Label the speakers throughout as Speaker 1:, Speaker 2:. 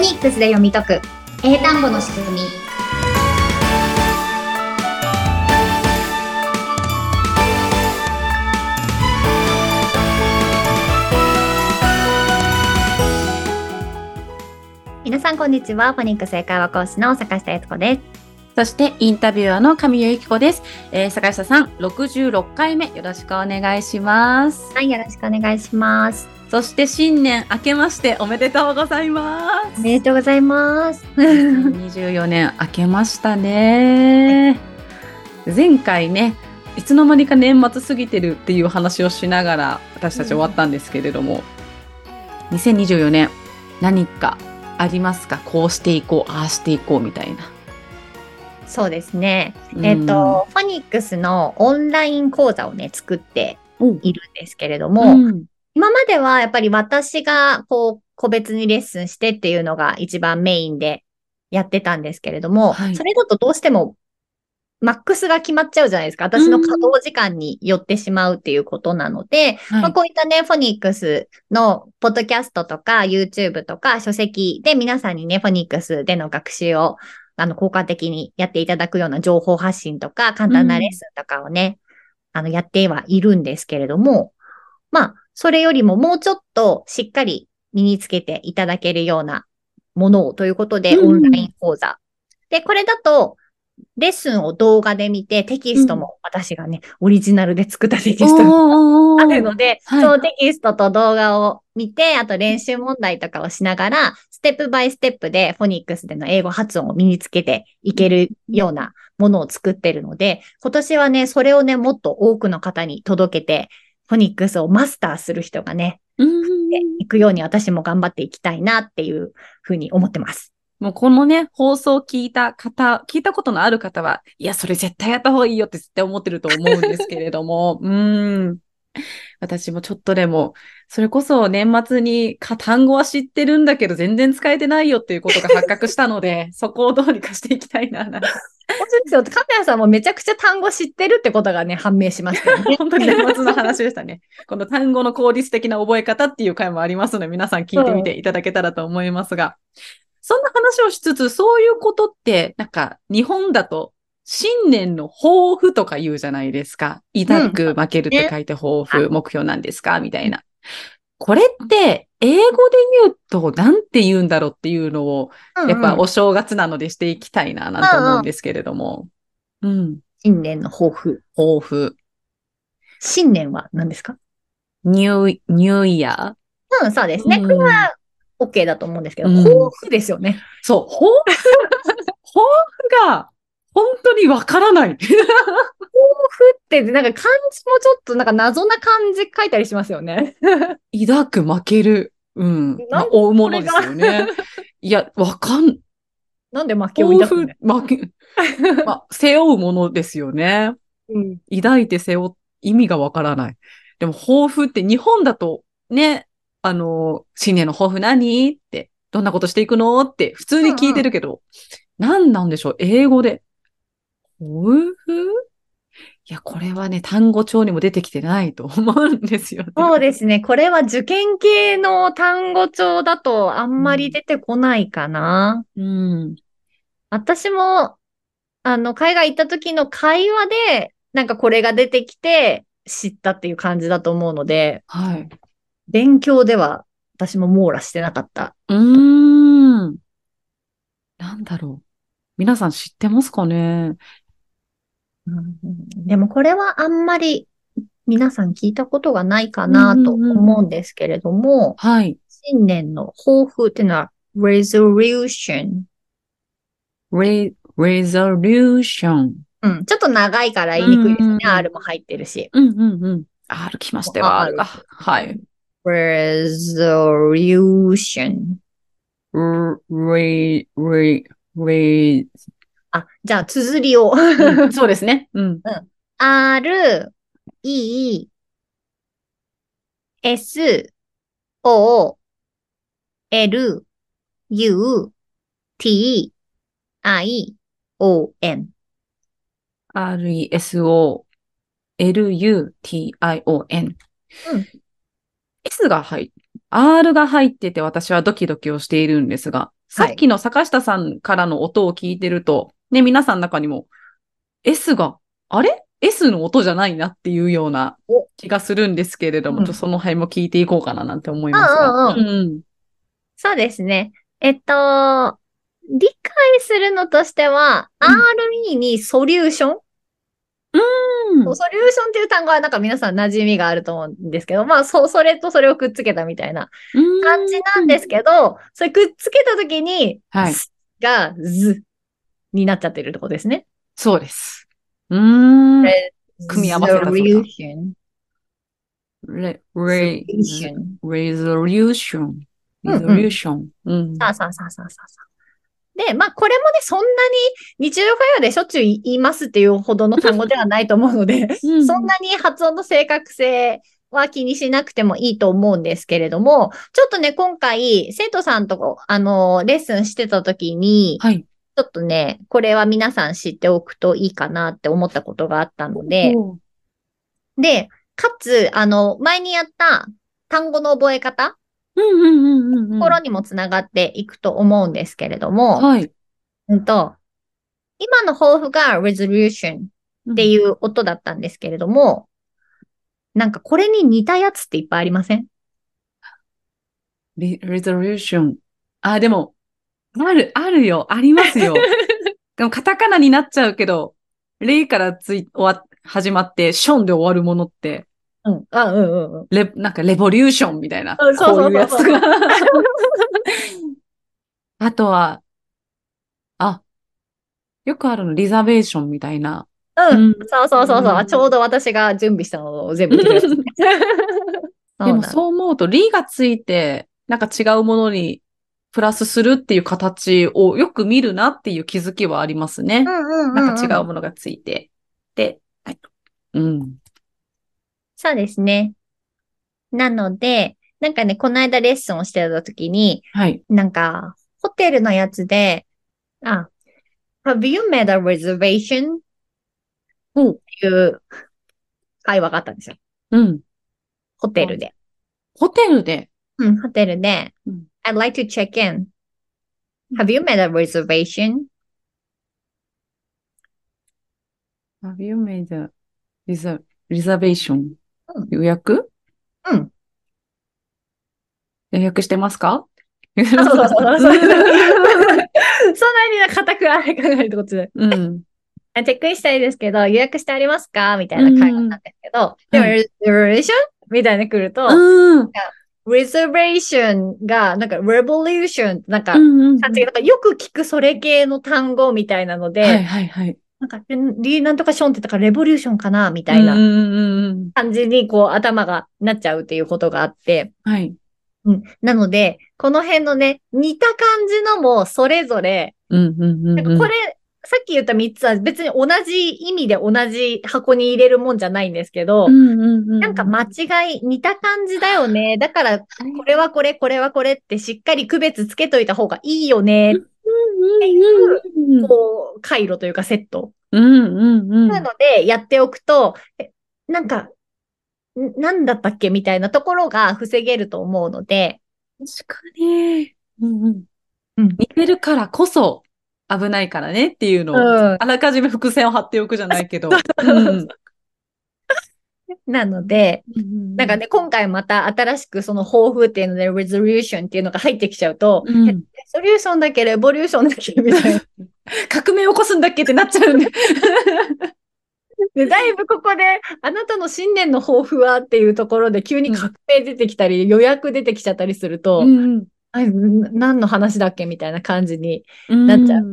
Speaker 1: ニックスで読み解く英単語の仕組み皆さんこんにちはフォニックス英会話講師の坂下悦子です
Speaker 2: そしてインタビュアーの神谷由紀子です、えー坂下さん66回目よろしくお願いします
Speaker 1: はいよろしくお願いします
Speaker 2: そして新年明けましておめでとうございます
Speaker 1: おめでとうございます
Speaker 2: 24年明けましたね前回ねいつの間にか年末過ぎてるっていう話をしながら私たち終わったんですけれども、2024年何かありますかこうしていこうああしていこうみたいな。
Speaker 1: そうですねえっ、と、フォニックスのオンライン講座をね、作っているんですけれど
Speaker 2: うん、
Speaker 1: も、
Speaker 2: うん
Speaker 1: 今まではやっぱり私がこう、個別にレッスンしてっていうのが一番メインでやってたんですけれども、
Speaker 2: はい
Speaker 1: それだとどうしても、マックスが決まっちゃうじゃないですか。私の稼働時間によってしまうっていうことなので、
Speaker 2: はい
Speaker 1: まあ、こういったね、フォニックスのポッドキャストとか YouTube とか書籍で皆さんにね、フォニックスでの学習をあの効果的にやっていただくような情報発信とか簡単なレッスンとかをね、あのやってはいるんですけれども、まあ、それよりももうちょっとしっかり身につけていただけるようなものをということで、
Speaker 2: うん
Speaker 1: オンライン講座。で、これだと、レッスンを動画で見て、テキストも私がね、オリジナルで作ったテキストも
Speaker 2: おーおーおー
Speaker 1: あるので、
Speaker 2: はい
Speaker 1: そのテキストと動画を見て、あと練習問題とかをしながら、ステップバイステップでフォニックスでの英語発音を身につけていけるようなものを作ってるので、今年はね、それをね、もっと多くの方に届けて、フォニックスをマスターする人がね、
Speaker 2: うん
Speaker 1: 行くように私も頑張っていきたいなっていうふうに思ってます。
Speaker 2: もうこのね、放送を聞いた方、聞いたことのある方は、いや、それ絶対やった方がいいよって絶対思ってると思うんですけれども、 うーん。私もちょっとでも、それこそ年末にか単語は知ってるんだけど、全然使えてないよっていうことが発覚したので、そこをどうにかしていきたいな、なんて
Speaker 1: そうですよ。カメラさんもめちゃくちゃ単語知ってるってことがね、判明しましたよね
Speaker 2: 。本当に年末の話でしたね。この単語の効率的な覚え方っていう回もありますので、皆さん聞いてみていただけたらと思いますが、そんな話をしつつ、そういうことって、なんか、日本だと、新年の抱負とか言うじゃないですか。抱く、負けるって書いて抱負、
Speaker 1: ね
Speaker 2: 目標なんですかみたいな。これって、英語で言うと、なんて言うんだろうっていうのを、やっぱ
Speaker 1: うんうん
Speaker 2: お正月なのでしていきたいな、なんて思うんですけれども。うん。
Speaker 1: 新年の抱負。
Speaker 2: 抱負。
Speaker 1: 新年は何ですか
Speaker 2: ニュー、ニューイヤー
Speaker 1: うん、そうですね。
Speaker 2: うん
Speaker 1: これは OK だと思うんですけど、
Speaker 2: うん
Speaker 1: 豊富ですよね。
Speaker 2: そう、抱負抱負が本当にわからない。
Speaker 1: 豊富って、なんか漢字もちょっとなんか謎な漢字書いたりしますよね。
Speaker 2: 抱く負ける。うん。
Speaker 1: な
Speaker 2: ま
Speaker 1: ん
Speaker 2: あ、追うものですよね。いや、わかん、
Speaker 1: なんで負けを
Speaker 2: 抱
Speaker 1: 抱く
Speaker 2: 負
Speaker 1: の、
Speaker 2: 負け、まあ、背負うものですよね。
Speaker 1: うん、
Speaker 2: 抱いて背負う、意味がわからない。でも、抱負って日本だと、ね、あの、新年の抱負何って、どんなことしていくのって普通に聞いてるけど、何なんでしょう英語で。抱負いや、これはね、単語帳にも出てきてないと思うんですよね。
Speaker 1: そうですね。これは受験系の単語帳だとあんまり出てこないかな。
Speaker 2: うん。
Speaker 1: 私も、あの、海外行った時の会話で、なんかこれが出てきて知ったっていう感じだと思うので、
Speaker 2: はい。
Speaker 1: 勉強では私も網羅してなかった。
Speaker 2: うーん。なんだろう。皆さん知ってますかね
Speaker 1: でもこれはあんまり皆さん聞いたことがないかなと思うんですけれども、
Speaker 2: はい。
Speaker 1: 新年の抱負っていうのは resolution。
Speaker 2: re, resolution.
Speaker 1: うん、ちょっと長いから言いにくいです
Speaker 2: うんうん
Speaker 1: ね。
Speaker 2: うん
Speaker 1: R も入ってるし。
Speaker 2: うんうんうん。歩きましたよ、
Speaker 1: あ
Speaker 2: あるが。はい。
Speaker 1: resolution。
Speaker 2: re, re, re,
Speaker 1: あ、じゃあ、綴りを。
Speaker 2: うん そうですね。うん。
Speaker 1: R, E, S, O, L, U, T, I, O, N。
Speaker 2: r-e-s-o-l-u-t-i-o-n。
Speaker 1: うん。
Speaker 2: S が入っ、R が入ってて私はドキドキをしているんですが、さっきの坂下さんからの音を聞いてると、ね、皆さんの中にも、S が、あれ ?S の音じゃないなっていうような
Speaker 1: お
Speaker 2: 気がするんですけれども、
Speaker 1: うん
Speaker 2: ちょっとその辺も聞いていこうかななんて思いますが。
Speaker 1: うんうん
Speaker 2: うん
Speaker 1: そうですね。えっと、理解するのとしては、
Speaker 2: うん
Speaker 1: RE にソリューション、
Speaker 2: うん
Speaker 1: ソリューションっていう単語はなんか皆さん馴染みがあると思うんですけど、まあ、そ、それとそれをくっつけたみたいな感じなんですけど、それくっつけたときに、
Speaker 2: はい。
Speaker 1: すが、ずになっちゃってるってことですね。
Speaker 2: そうです。うーん。
Speaker 1: え
Speaker 2: 組み合わせたとか
Speaker 1: ソリューション。
Speaker 2: レ、
Speaker 1: ソ
Speaker 2: レ
Speaker 1: リューション。
Speaker 2: resolution.
Speaker 1: うんうん
Speaker 2: resolution. うん
Speaker 1: さあさあさあさあさあさあ。で、まあこれもね、そんなに日常会話でしょっちゅう言いますっていうほどの単語ではないと思うの で、
Speaker 2: うん
Speaker 1: そんなに発音の正確性は気にしなくてもいいと思うんですけれども、ちょっとね、今回、生徒さんとこ、あの、レッスンしてた時に、
Speaker 2: はい。
Speaker 1: ちょっとね、これは皆さん知っておくといいかなって思ったことがあったので、
Speaker 2: おー
Speaker 1: で、かつ、あの、前にやった単語の覚え方、
Speaker 2: うんうんうんうんうん。
Speaker 1: ところにもつながっていくと思うんですけれども、
Speaker 2: はい。
Speaker 1: うんと、今の抱負が resolution
Speaker 2: っ
Speaker 1: って
Speaker 2: う
Speaker 1: いう音だったんですけれども、なんかこれに似たやつっていっぱいありません
Speaker 2: ん。レ resolution。あ、でも、ある、あるよ。ありま すよ。でも、カタカナになっちゃうけど、レイからつい、終わ、始まって、ションで終わるものって、
Speaker 1: うん。あ、うんうんうん。
Speaker 2: レ、なんか、レボリューションみたいな。
Speaker 1: うんそうそうそう
Speaker 2: こういうやつ が。あとは、あ、よくあるの、リザベーションみたいな。
Speaker 1: うん。
Speaker 2: うん
Speaker 1: そうそうそうそう、
Speaker 2: うん
Speaker 1: ちょうど私が準備したのを全部言ってくれ ました。
Speaker 2: でも
Speaker 1: う
Speaker 2: そう思うと、リがついて、なんか違うものにプラスするっていう形をよく見るなっていう気づきはありますね。
Speaker 1: なんだ。うんうんうん、うん。
Speaker 2: なんか違う。ものがついて。で、はい。うん。
Speaker 1: そうですね。なので、なんかね、この間レッスンをしてた時に、
Speaker 2: はい。
Speaker 1: なんか、ホテルのやつで、あ、Have you made a reservation?
Speaker 2: うん
Speaker 1: っていう会話があったんですよ。
Speaker 2: うん。
Speaker 1: ホテルで。
Speaker 2: ホテルで。
Speaker 1: うん、ホテルで、
Speaker 2: うん
Speaker 1: I'd like to check in. Have you made a reservation?
Speaker 2: Have you made a resa- reservation?
Speaker 1: うん
Speaker 2: 予約
Speaker 1: うん。
Speaker 2: 予約してますか
Speaker 1: そうそうそうそう。そんなに固くあれ考えるってことじゃない。
Speaker 2: うん。
Speaker 1: あチェックインしたいですけど、予約してありますかみたいな会話なんですけど、
Speaker 2: うん
Speaker 1: で
Speaker 2: うん
Speaker 1: も、reservation? みたいな来ると、
Speaker 2: うん。
Speaker 1: reservation が、なんか revolution、なんか、
Speaker 2: うんうん。
Speaker 1: 感じがなんかよく聞くそれ系の単語みたいなので、
Speaker 2: はいはいはい。み
Speaker 1: なんか、リーなんとかションってだからレボリューションかなみたいな。
Speaker 2: うんうんうん。
Speaker 1: 感じにこう頭がなっちゃうっていうことがあって、
Speaker 2: はい。
Speaker 1: うん、なので、この辺のね、似た感じのもそれぞれ、
Speaker 2: うんうんうん
Speaker 1: な
Speaker 2: うんん。
Speaker 1: かこれ、さっき言った3つは別に同じ意味で同じ箱に入れるもんじゃないんですけど、
Speaker 2: うんうんうん、
Speaker 1: なんか間違い、似た感じだよ ね。だから、これはこれ、これはこれってしっかり区別つけといた方がいいよね。
Speaker 2: うんうん
Speaker 1: こう、回路というかセット。
Speaker 2: うんうん。
Speaker 1: なので、やっておくと、えなんか、んなんだったっけみたいなところが防げると思うので、
Speaker 2: 確かに。うんうん
Speaker 1: うん
Speaker 2: 似てるからこそ危ないからねっていうのを、
Speaker 1: うん
Speaker 2: あらかじめ伏線を張っておくじゃないけ ど。うん
Speaker 1: なので、なんか、ね、今回また新しくその抱負っていうので、レゾリューションっていうのが入ってきちゃうと、
Speaker 2: うんう
Speaker 1: レ
Speaker 2: ん
Speaker 1: ソリューションだけレボリューションだけみ たいな。
Speaker 2: 革命起こすんだっけってなっちゃうんで。
Speaker 1: で、だいぶここで、あなたの新年の抱負はっていうところで、急に革命出てきたり、予約出てきちゃったりすると、
Speaker 2: ん
Speaker 1: あん何の話だっけみたいな感じに
Speaker 2: うん
Speaker 1: なっちゃ
Speaker 2: う。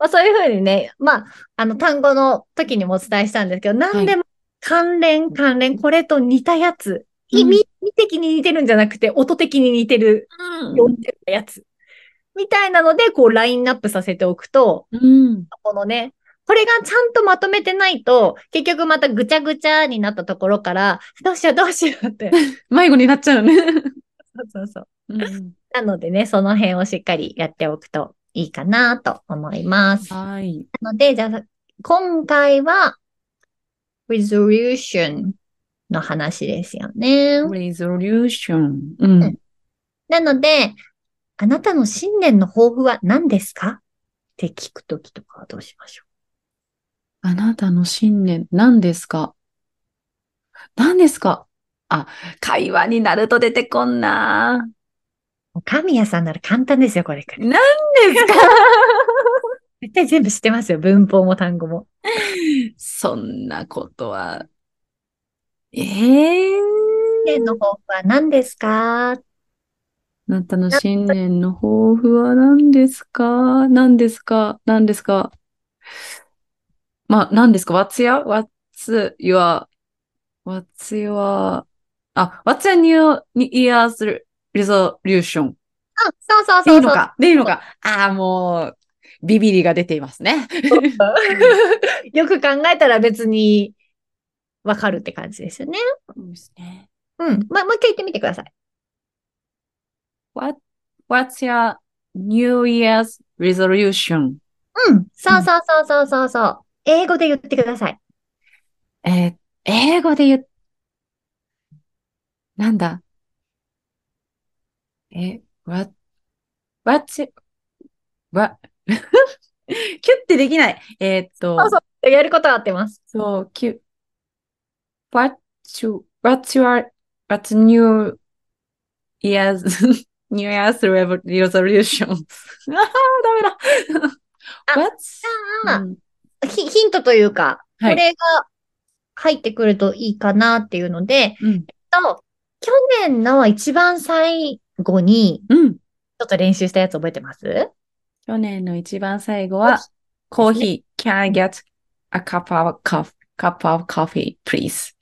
Speaker 1: まあそういうふうにね、まあ、あの単語の時にもお伝えしたんですけど、何でも関連、関連、これと似たやつ。意味、意味的に似てるんじゃなくて、音的に似てる、読んでるやつ。みたいなので、こうラインナップさせておくと、
Speaker 2: うん。
Speaker 1: このね、これがちゃんとまとめてないと、結局またぐちゃぐちゃになったところから、どうしようどうしようって。
Speaker 2: 迷子になっちゃうね。
Speaker 1: そうそうそう。
Speaker 2: うん
Speaker 1: なのでね、その辺をしっかりやっておくといいかなと思います。
Speaker 2: はい。
Speaker 1: なので、じゃあ、今回は、resolution の話ですよね。
Speaker 2: resolution。うん。
Speaker 1: なので、あなたの新年の抱負は何ですかって聞くときとかはどうしましょ
Speaker 2: あなたの信念、何ですか何ですかあ、会話になると出てこんな。
Speaker 1: う。神谷さんなら簡単ですよ、これから。
Speaker 2: 何ですか
Speaker 1: 絶対全部知ってますよ、文法も単語も。
Speaker 2: そんなことは。ええ
Speaker 1: 新年の抱負は何ですか
Speaker 2: あなたの新年の抱負は何ですか何ですか何ですかまあ、何ですか ?What's your, what's your, what's your, あ、What's your new year's resolution?
Speaker 1: うん、そうそうそ
Speaker 2: でいいうの
Speaker 1: そう。
Speaker 2: かでいいのかああ、もう、ビビりが出ていますね。
Speaker 1: よく考えたら別にわかるって感じですよね。
Speaker 2: そうですね。
Speaker 1: うん。まあ、もう一回言ってみてください。
Speaker 2: What, what's your New Year's resolution?
Speaker 1: うん。そうそうそうそうそうそう。英語で言ってください。
Speaker 2: えー英語で言う、なんだえ、what, what's, your- what, キュッてできない。えーっと、
Speaker 1: そうそう。やることは合ってます。
Speaker 2: そう、キュ、what, you, what's your, what's new year's, new year's revo- resolution? ああ、 ダメだ。what's,
Speaker 1: じゃあ
Speaker 2: うん
Speaker 1: ヒヒントというか、
Speaker 2: はい
Speaker 1: これが入ってくるといいかなっていうので、
Speaker 2: うん、
Speaker 1: と、去年の一番最後に、
Speaker 2: うん。
Speaker 1: ちょっと練習したやつ覚えてます
Speaker 2: 去年の一番最後は、コーヒー、can I get a cup of coffee, cup of coffee, please?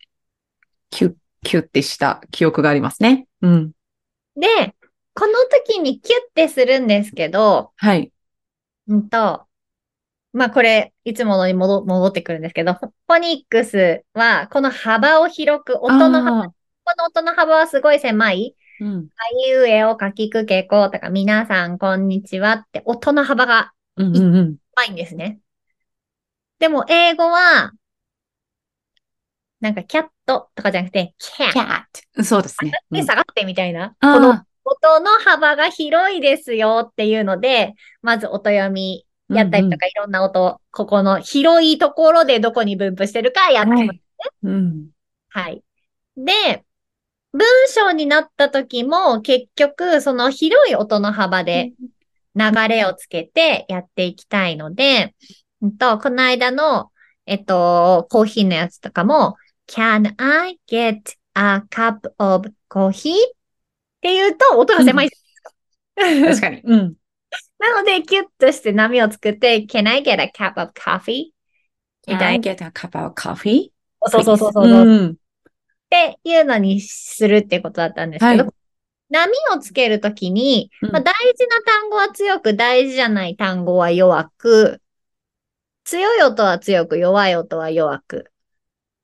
Speaker 2: キュッ、キュッてした記憶がありますね。うん。
Speaker 1: で、この時にキュッてするんですけど、
Speaker 2: はい。
Speaker 1: うんと、まあこれ、いつものに戻戻ってくるんですけど、フォニックスは、この幅を広く、音の幅、
Speaker 2: あー
Speaker 1: この音の幅はすごい狭い。
Speaker 2: うん。
Speaker 1: あいうえをかきくけこうとか、皆さんこんにちはって、音の幅が
Speaker 2: うんうんうん。
Speaker 1: 狭いんですね。でも、英語は、なんか、キャットとかじゃなくて、キャッ
Speaker 2: キャッそうですね。
Speaker 1: で
Speaker 2: うん
Speaker 1: 下がってみたいな。この
Speaker 2: あ
Speaker 1: 音の幅が広いですよっていうので、まず音読み
Speaker 2: ー
Speaker 1: やったり
Speaker 2: うん
Speaker 1: とか、いろんな音、ここの広いところでどこに分布してるかやって
Speaker 2: うん
Speaker 1: ます。
Speaker 2: は。
Speaker 1: はい
Speaker 2: う
Speaker 1: い。
Speaker 2: ん。
Speaker 1: で、文章になった時も結局、その広い音の幅で流れをつけてやっていきたいので、うんと、この間の、えっと、コーヒーのやつとかも、Can I get a cup of coffee? って言うと、音が狭い。
Speaker 2: 確かに。うん。
Speaker 1: なので、キュッとして波を作って、Can I get a cup of coffee?
Speaker 2: み
Speaker 1: み
Speaker 2: た
Speaker 1: た
Speaker 2: い
Speaker 1: い
Speaker 2: get a cup of coffee?
Speaker 1: そうそうそうそう。
Speaker 2: うん。
Speaker 1: っていうのにするってことだったんですけど、
Speaker 2: は
Speaker 1: 波をつけるときに、
Speaker 2: うん
Speaker 1: まあ、大事な単語は強く、大事じゃない単語は弱く、強い音は強く、弱い音は弱く、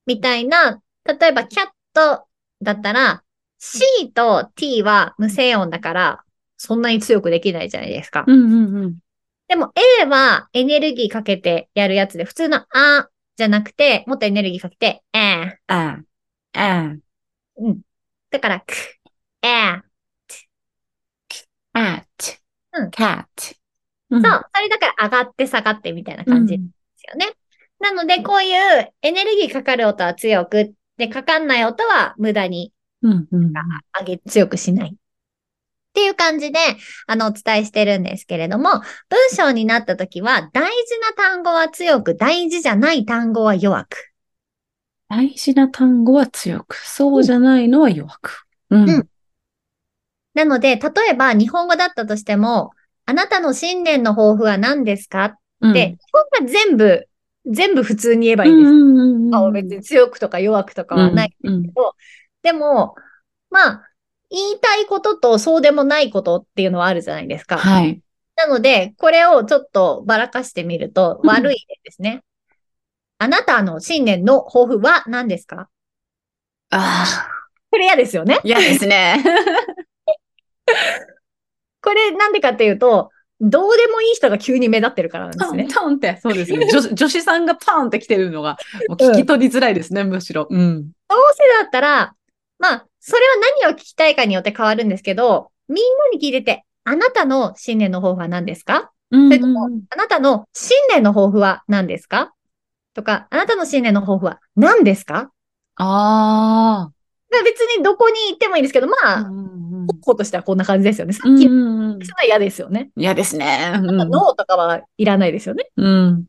Speaker 1: みたいな、例えばキャットだったら、C と T は無声音だから、そんなに強くできないじゃないですか。
Speaker 2: うんうんうん。
Speaker 1: でも A はエネルギーかけてやるやつで、普通のあじゃなくて、もっとエネルギーかけて、えー
Speaker 2: ああ。あ
Speaker 1: うん。だから、く、えー、
Speaker 2: あ。あち
Speaker 1: うん。
Speaker 2: cat。
Speaker 1: そう、それだから上がって下がってみたいな感じ
Speaker 2: う
Speaker 1: で
Speaker 2: ん。
Speaker 1: すよね。なので、こういうエネルギーかかる音は強く、で、かかんない音は無駄に
Speaker 2: うんうんうん。
Speaker 1: 上げ、強くしない。っていう感じで、あの、お伝えしてるんですけれども、文章になった時は、大事な単語は強く、大事じゃない単語は弱く。
Speaker 2: 大事な単語は強く、そうじゃないのは弱く。うん
Speaker 1: うんなので、例えば日本語だったとしても、あなたの新年の抱負は何ですかっ
Speaker 2: うん
Speaker 1: て、日本が全部、全部普通に言えば
Speaker 2: う
Speaker 1: いいんです。
Speaker 2: んうんうん
Speaker 1: あ別に強くとか弱くとかはない。
Speaker 2: うん
Speaker 1: でも、まあ、言いたいこととそうでもないことっていうのはあるじゃないですか。
Speaker 2: はい。
Speaker 1: なので、これをちょっとばらかしてみると
Speaker 2: うん
Speaker 1: 悪い例ですね。あなたの新年の抱負は何ですか
Speaker 2: ああ、
Speaker 1: これ嫌ですよね。
Speaker 2: 嫌ですね。
Speaker 1: これなんでかっていうと、どうでもいい人が急に目立ってるからなんで
Speaker 2: パ
Speaker 1: す
Speaker 2: ン
Speaker 1: ね。
Speaker 2: パンって、そうですね。女子女子さんがパンって来てるのが、もう聞き取りづらいですね、むしろ。うん。
Speaker 1: どうせだったら、まあ、それは何を聞きたいかによって変わるんですけど、みんなに聞いてて、あなたの新年の抱負は何ですか
Speaker 2: うん
Speaker 1: それともあなたの新年の抱負は何ですかとか、あなたの新年の抱負は何ですか
Speaker 2: あ
Speaker 1: だから別にどこに行ってもいいんですけど、ま
Speaker 2: あ。
Speaker 1: あ、
Speaker 2: うんうん
Speaker 1: 候補としてはこんな感じですよね。さっき
Speaker 2: うん
Speaker 1: のや
Speaker 2: うんうん
Speaker 1: つは嫌ですよね。
Speaker 2: 嫌ですね。うん
Speaker 1: ノーとかはいらないですよね。
Speaker 2: うん。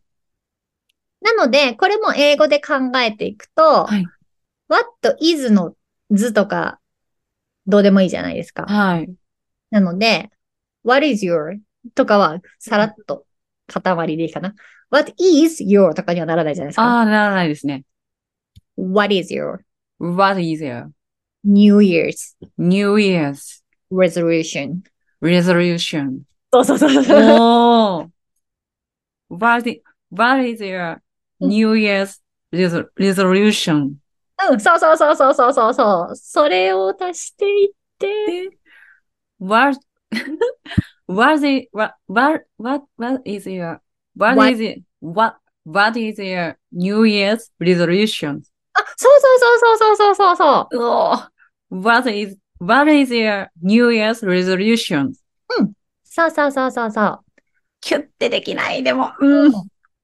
Speaker 1: なので、これも英語で考えていくと、
Speaker 2: はい
Speaker 1: what is の図とか、どうでもいいじゃないですか。
Speaker 2: はい。
Speaker 1: なので、what is your とかはさらっと塊でいいかな。what is your とかにはならないじゃないです
Speaker 2: あ
Speaker 1: か。
Speaker 2: あ、ならないですね。
Speaker 1: what is your
Speaker 2: What is your
Speaker 1: New Year's
Speaker 2: New Year's
Speaker 1: resolution?
Speaker 2: resolution?
Speaker 1: そうそうそうそう。
Speaker 2: おー What is, what is your New Year's resol- resolution?
Speaker 1: うん、そうそうそうそうそうそうそう。それを足していって、
Speaker 2: What, what, is, it- what, what, what, what is your, what,
Speaker 1: What?
Speaker 2: is it, what, what is your New Year's resolution?
Speaker 1: あ、そうそうそうそうそうそうそう。
Speaker 2: おー What is, what is your New Year's resolution?
Speaker 1: そうそうそうそうそう。
Speaker 2: キュッてできない、でも。うん。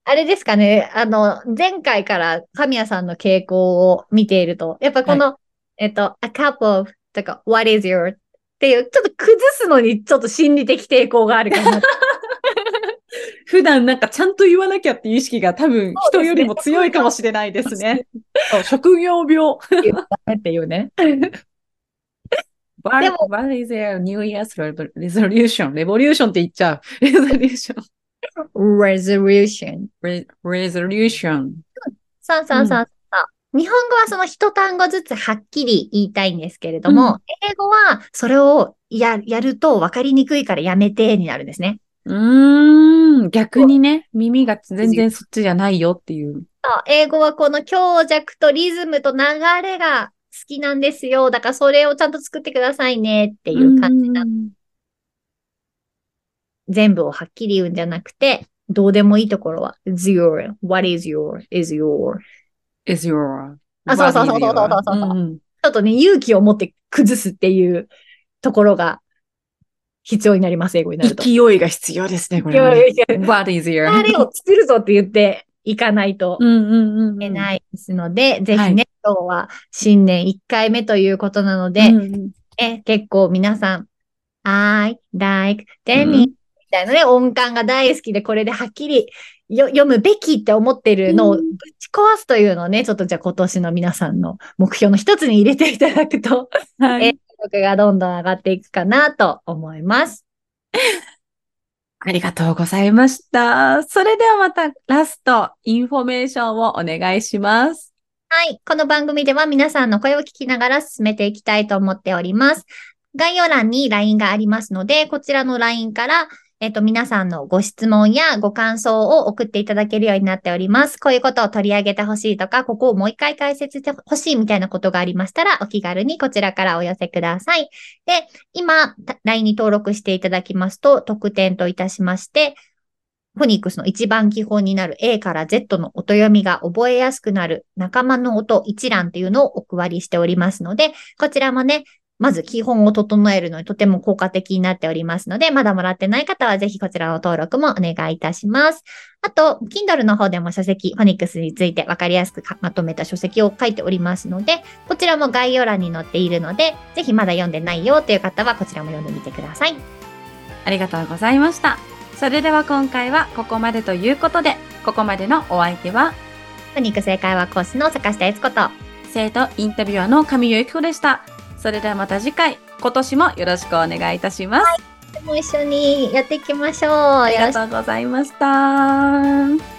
Speaker 1: あれですかね、あの、前回から神谷さんの傾向を見ていると、やっぱこの、えっと、a cup of とか、what is your っていう、ちょっと崩すのにちょっと心理的抵抗があるか な。
Speaker 2: 普段なんかちゃんと言わなきゃっていう意識が多分
Speaker 1: そうですね
Speaker 2: 人よりも強いかもしれないですね。そう職業病。
Speaker 1: っていう ね。
Speaker 2: What,
Speaker 1: でも
Speaker 2: what is your New Year's re- resolution? レボリューションって言っちゃう。レボリューション。
Speaker 1: resolution。
Speaker 2: Re- resolution.
Speaker 1: そうそうそうそう。日本語はその一単語ずつはっきり言いたいんですけれども、
Speaker 2: う
Speaker 1: 英語はそれをややると分かりにくいからやめてになるんですね。
Speaker 2: うーん。逆にね、耳が全然そっちじゃないよっていう。
Speaker 1: そう英語はこの強弱とリズムと流れが好きなんですよ。だからそれをちゃんと作ってくださいねっていう感じな、
Speaker 2: うん
Speaker 1: 全部をはっきり言うんじゃなくて、どうでもいいところは、is your, what is your, is your.
Speaker 2: is your.
Speaker 1: あそうそうそう
Speaker 2: what is your-
Speaker 1: そうそうそうそうん
Speaker 2: ん
Speaker 1: ちょっとね、勇気を持って崩すっていうところが必要になります、英語になると。
Speaker 2: 勢いが必要ですね、こ
Speaker 1: い
Speaker 2: れは
Speaker 1: やい
Speaker 2: ね。
Speaker 1: やいや
Speaker 2: what is your?
Speaker 1: 流れを作るぞって言っていかないと
Speaker 2: う
Speaker 1: い
Speaker 2: んうんうん。
Speaker 1: け
Speaker 2: い。
Speaker 1: ないですので、ぜ
Speaker 2: は
Speaker 1: ひ
Speaker 2: い
Speaker 1: ね、今日は新年1回目ということなので、
Speaker 2: うんうん
Speaker 1: え結構皆さん、I like
Speaker 2: うん
Speaker 1: Denny みたいなね、音感が大好きで、これではっきりよ読むべきって思ってるのを
Speaker 2: う
Speaker 1: ぶ
Speaker 2: ん
Speaker 1: ち壊すというのをね、ちょっとじゃあ今年の皆さんの目標の一つに入れていただくと、
Speaker 2: はい
Speaker 1: え力がどんどん上がっていくかなと思います。
Speaker 2: ありがとうございました。それではまたラスト、インフォメーションをお願いします。
Speaker 1: はい。この番組では皆さんの声を聞きながら進めていきたいと思っております。概要欄に LINE がありますので、こちらの LINE から、えっと、皆さんのご質問やご感想を送っていただけるようになっております。こういうことを取り上げてほしいとか、ここをもう一回解説してほしいみたいなことがありましたら、お気軽にこちらからお寄せください。で、今、LINE に登録していただきますと、特典といたしまして、フォニックスの一番基本になる A から Z の音読みが覚えやすくなる仲間の音一覧というのをお配りしておりますので、こちらもね、まず基本を整えるのにとても効果的になっておりますので、まだもらってない方はぜひこちらの登録もお願いいたします。あと、Kindle の方でも書籍、フォニックスについてわかりやすくまとめた書籍を書いておりますので、こちらも概要欄に載っているので、ぜひまだ読んでないよという方はこちらも読んでみてください。
Speaker 2: ありがとうございました。それでは今回はここまでということで、ここまでのお相手は、
Speaker 1: フォニックス英会話講師の坂下悦子と、
Speaker 2: 生徒インタビュアーの神谷由紀子でした。それではまた次回、今年もよろしくお願いいたします。
Speaker 1: も一緒にやっていきましょう。
Speaker 2: あり
Speaker 1: よろしく
Speaker 2: がとうございました。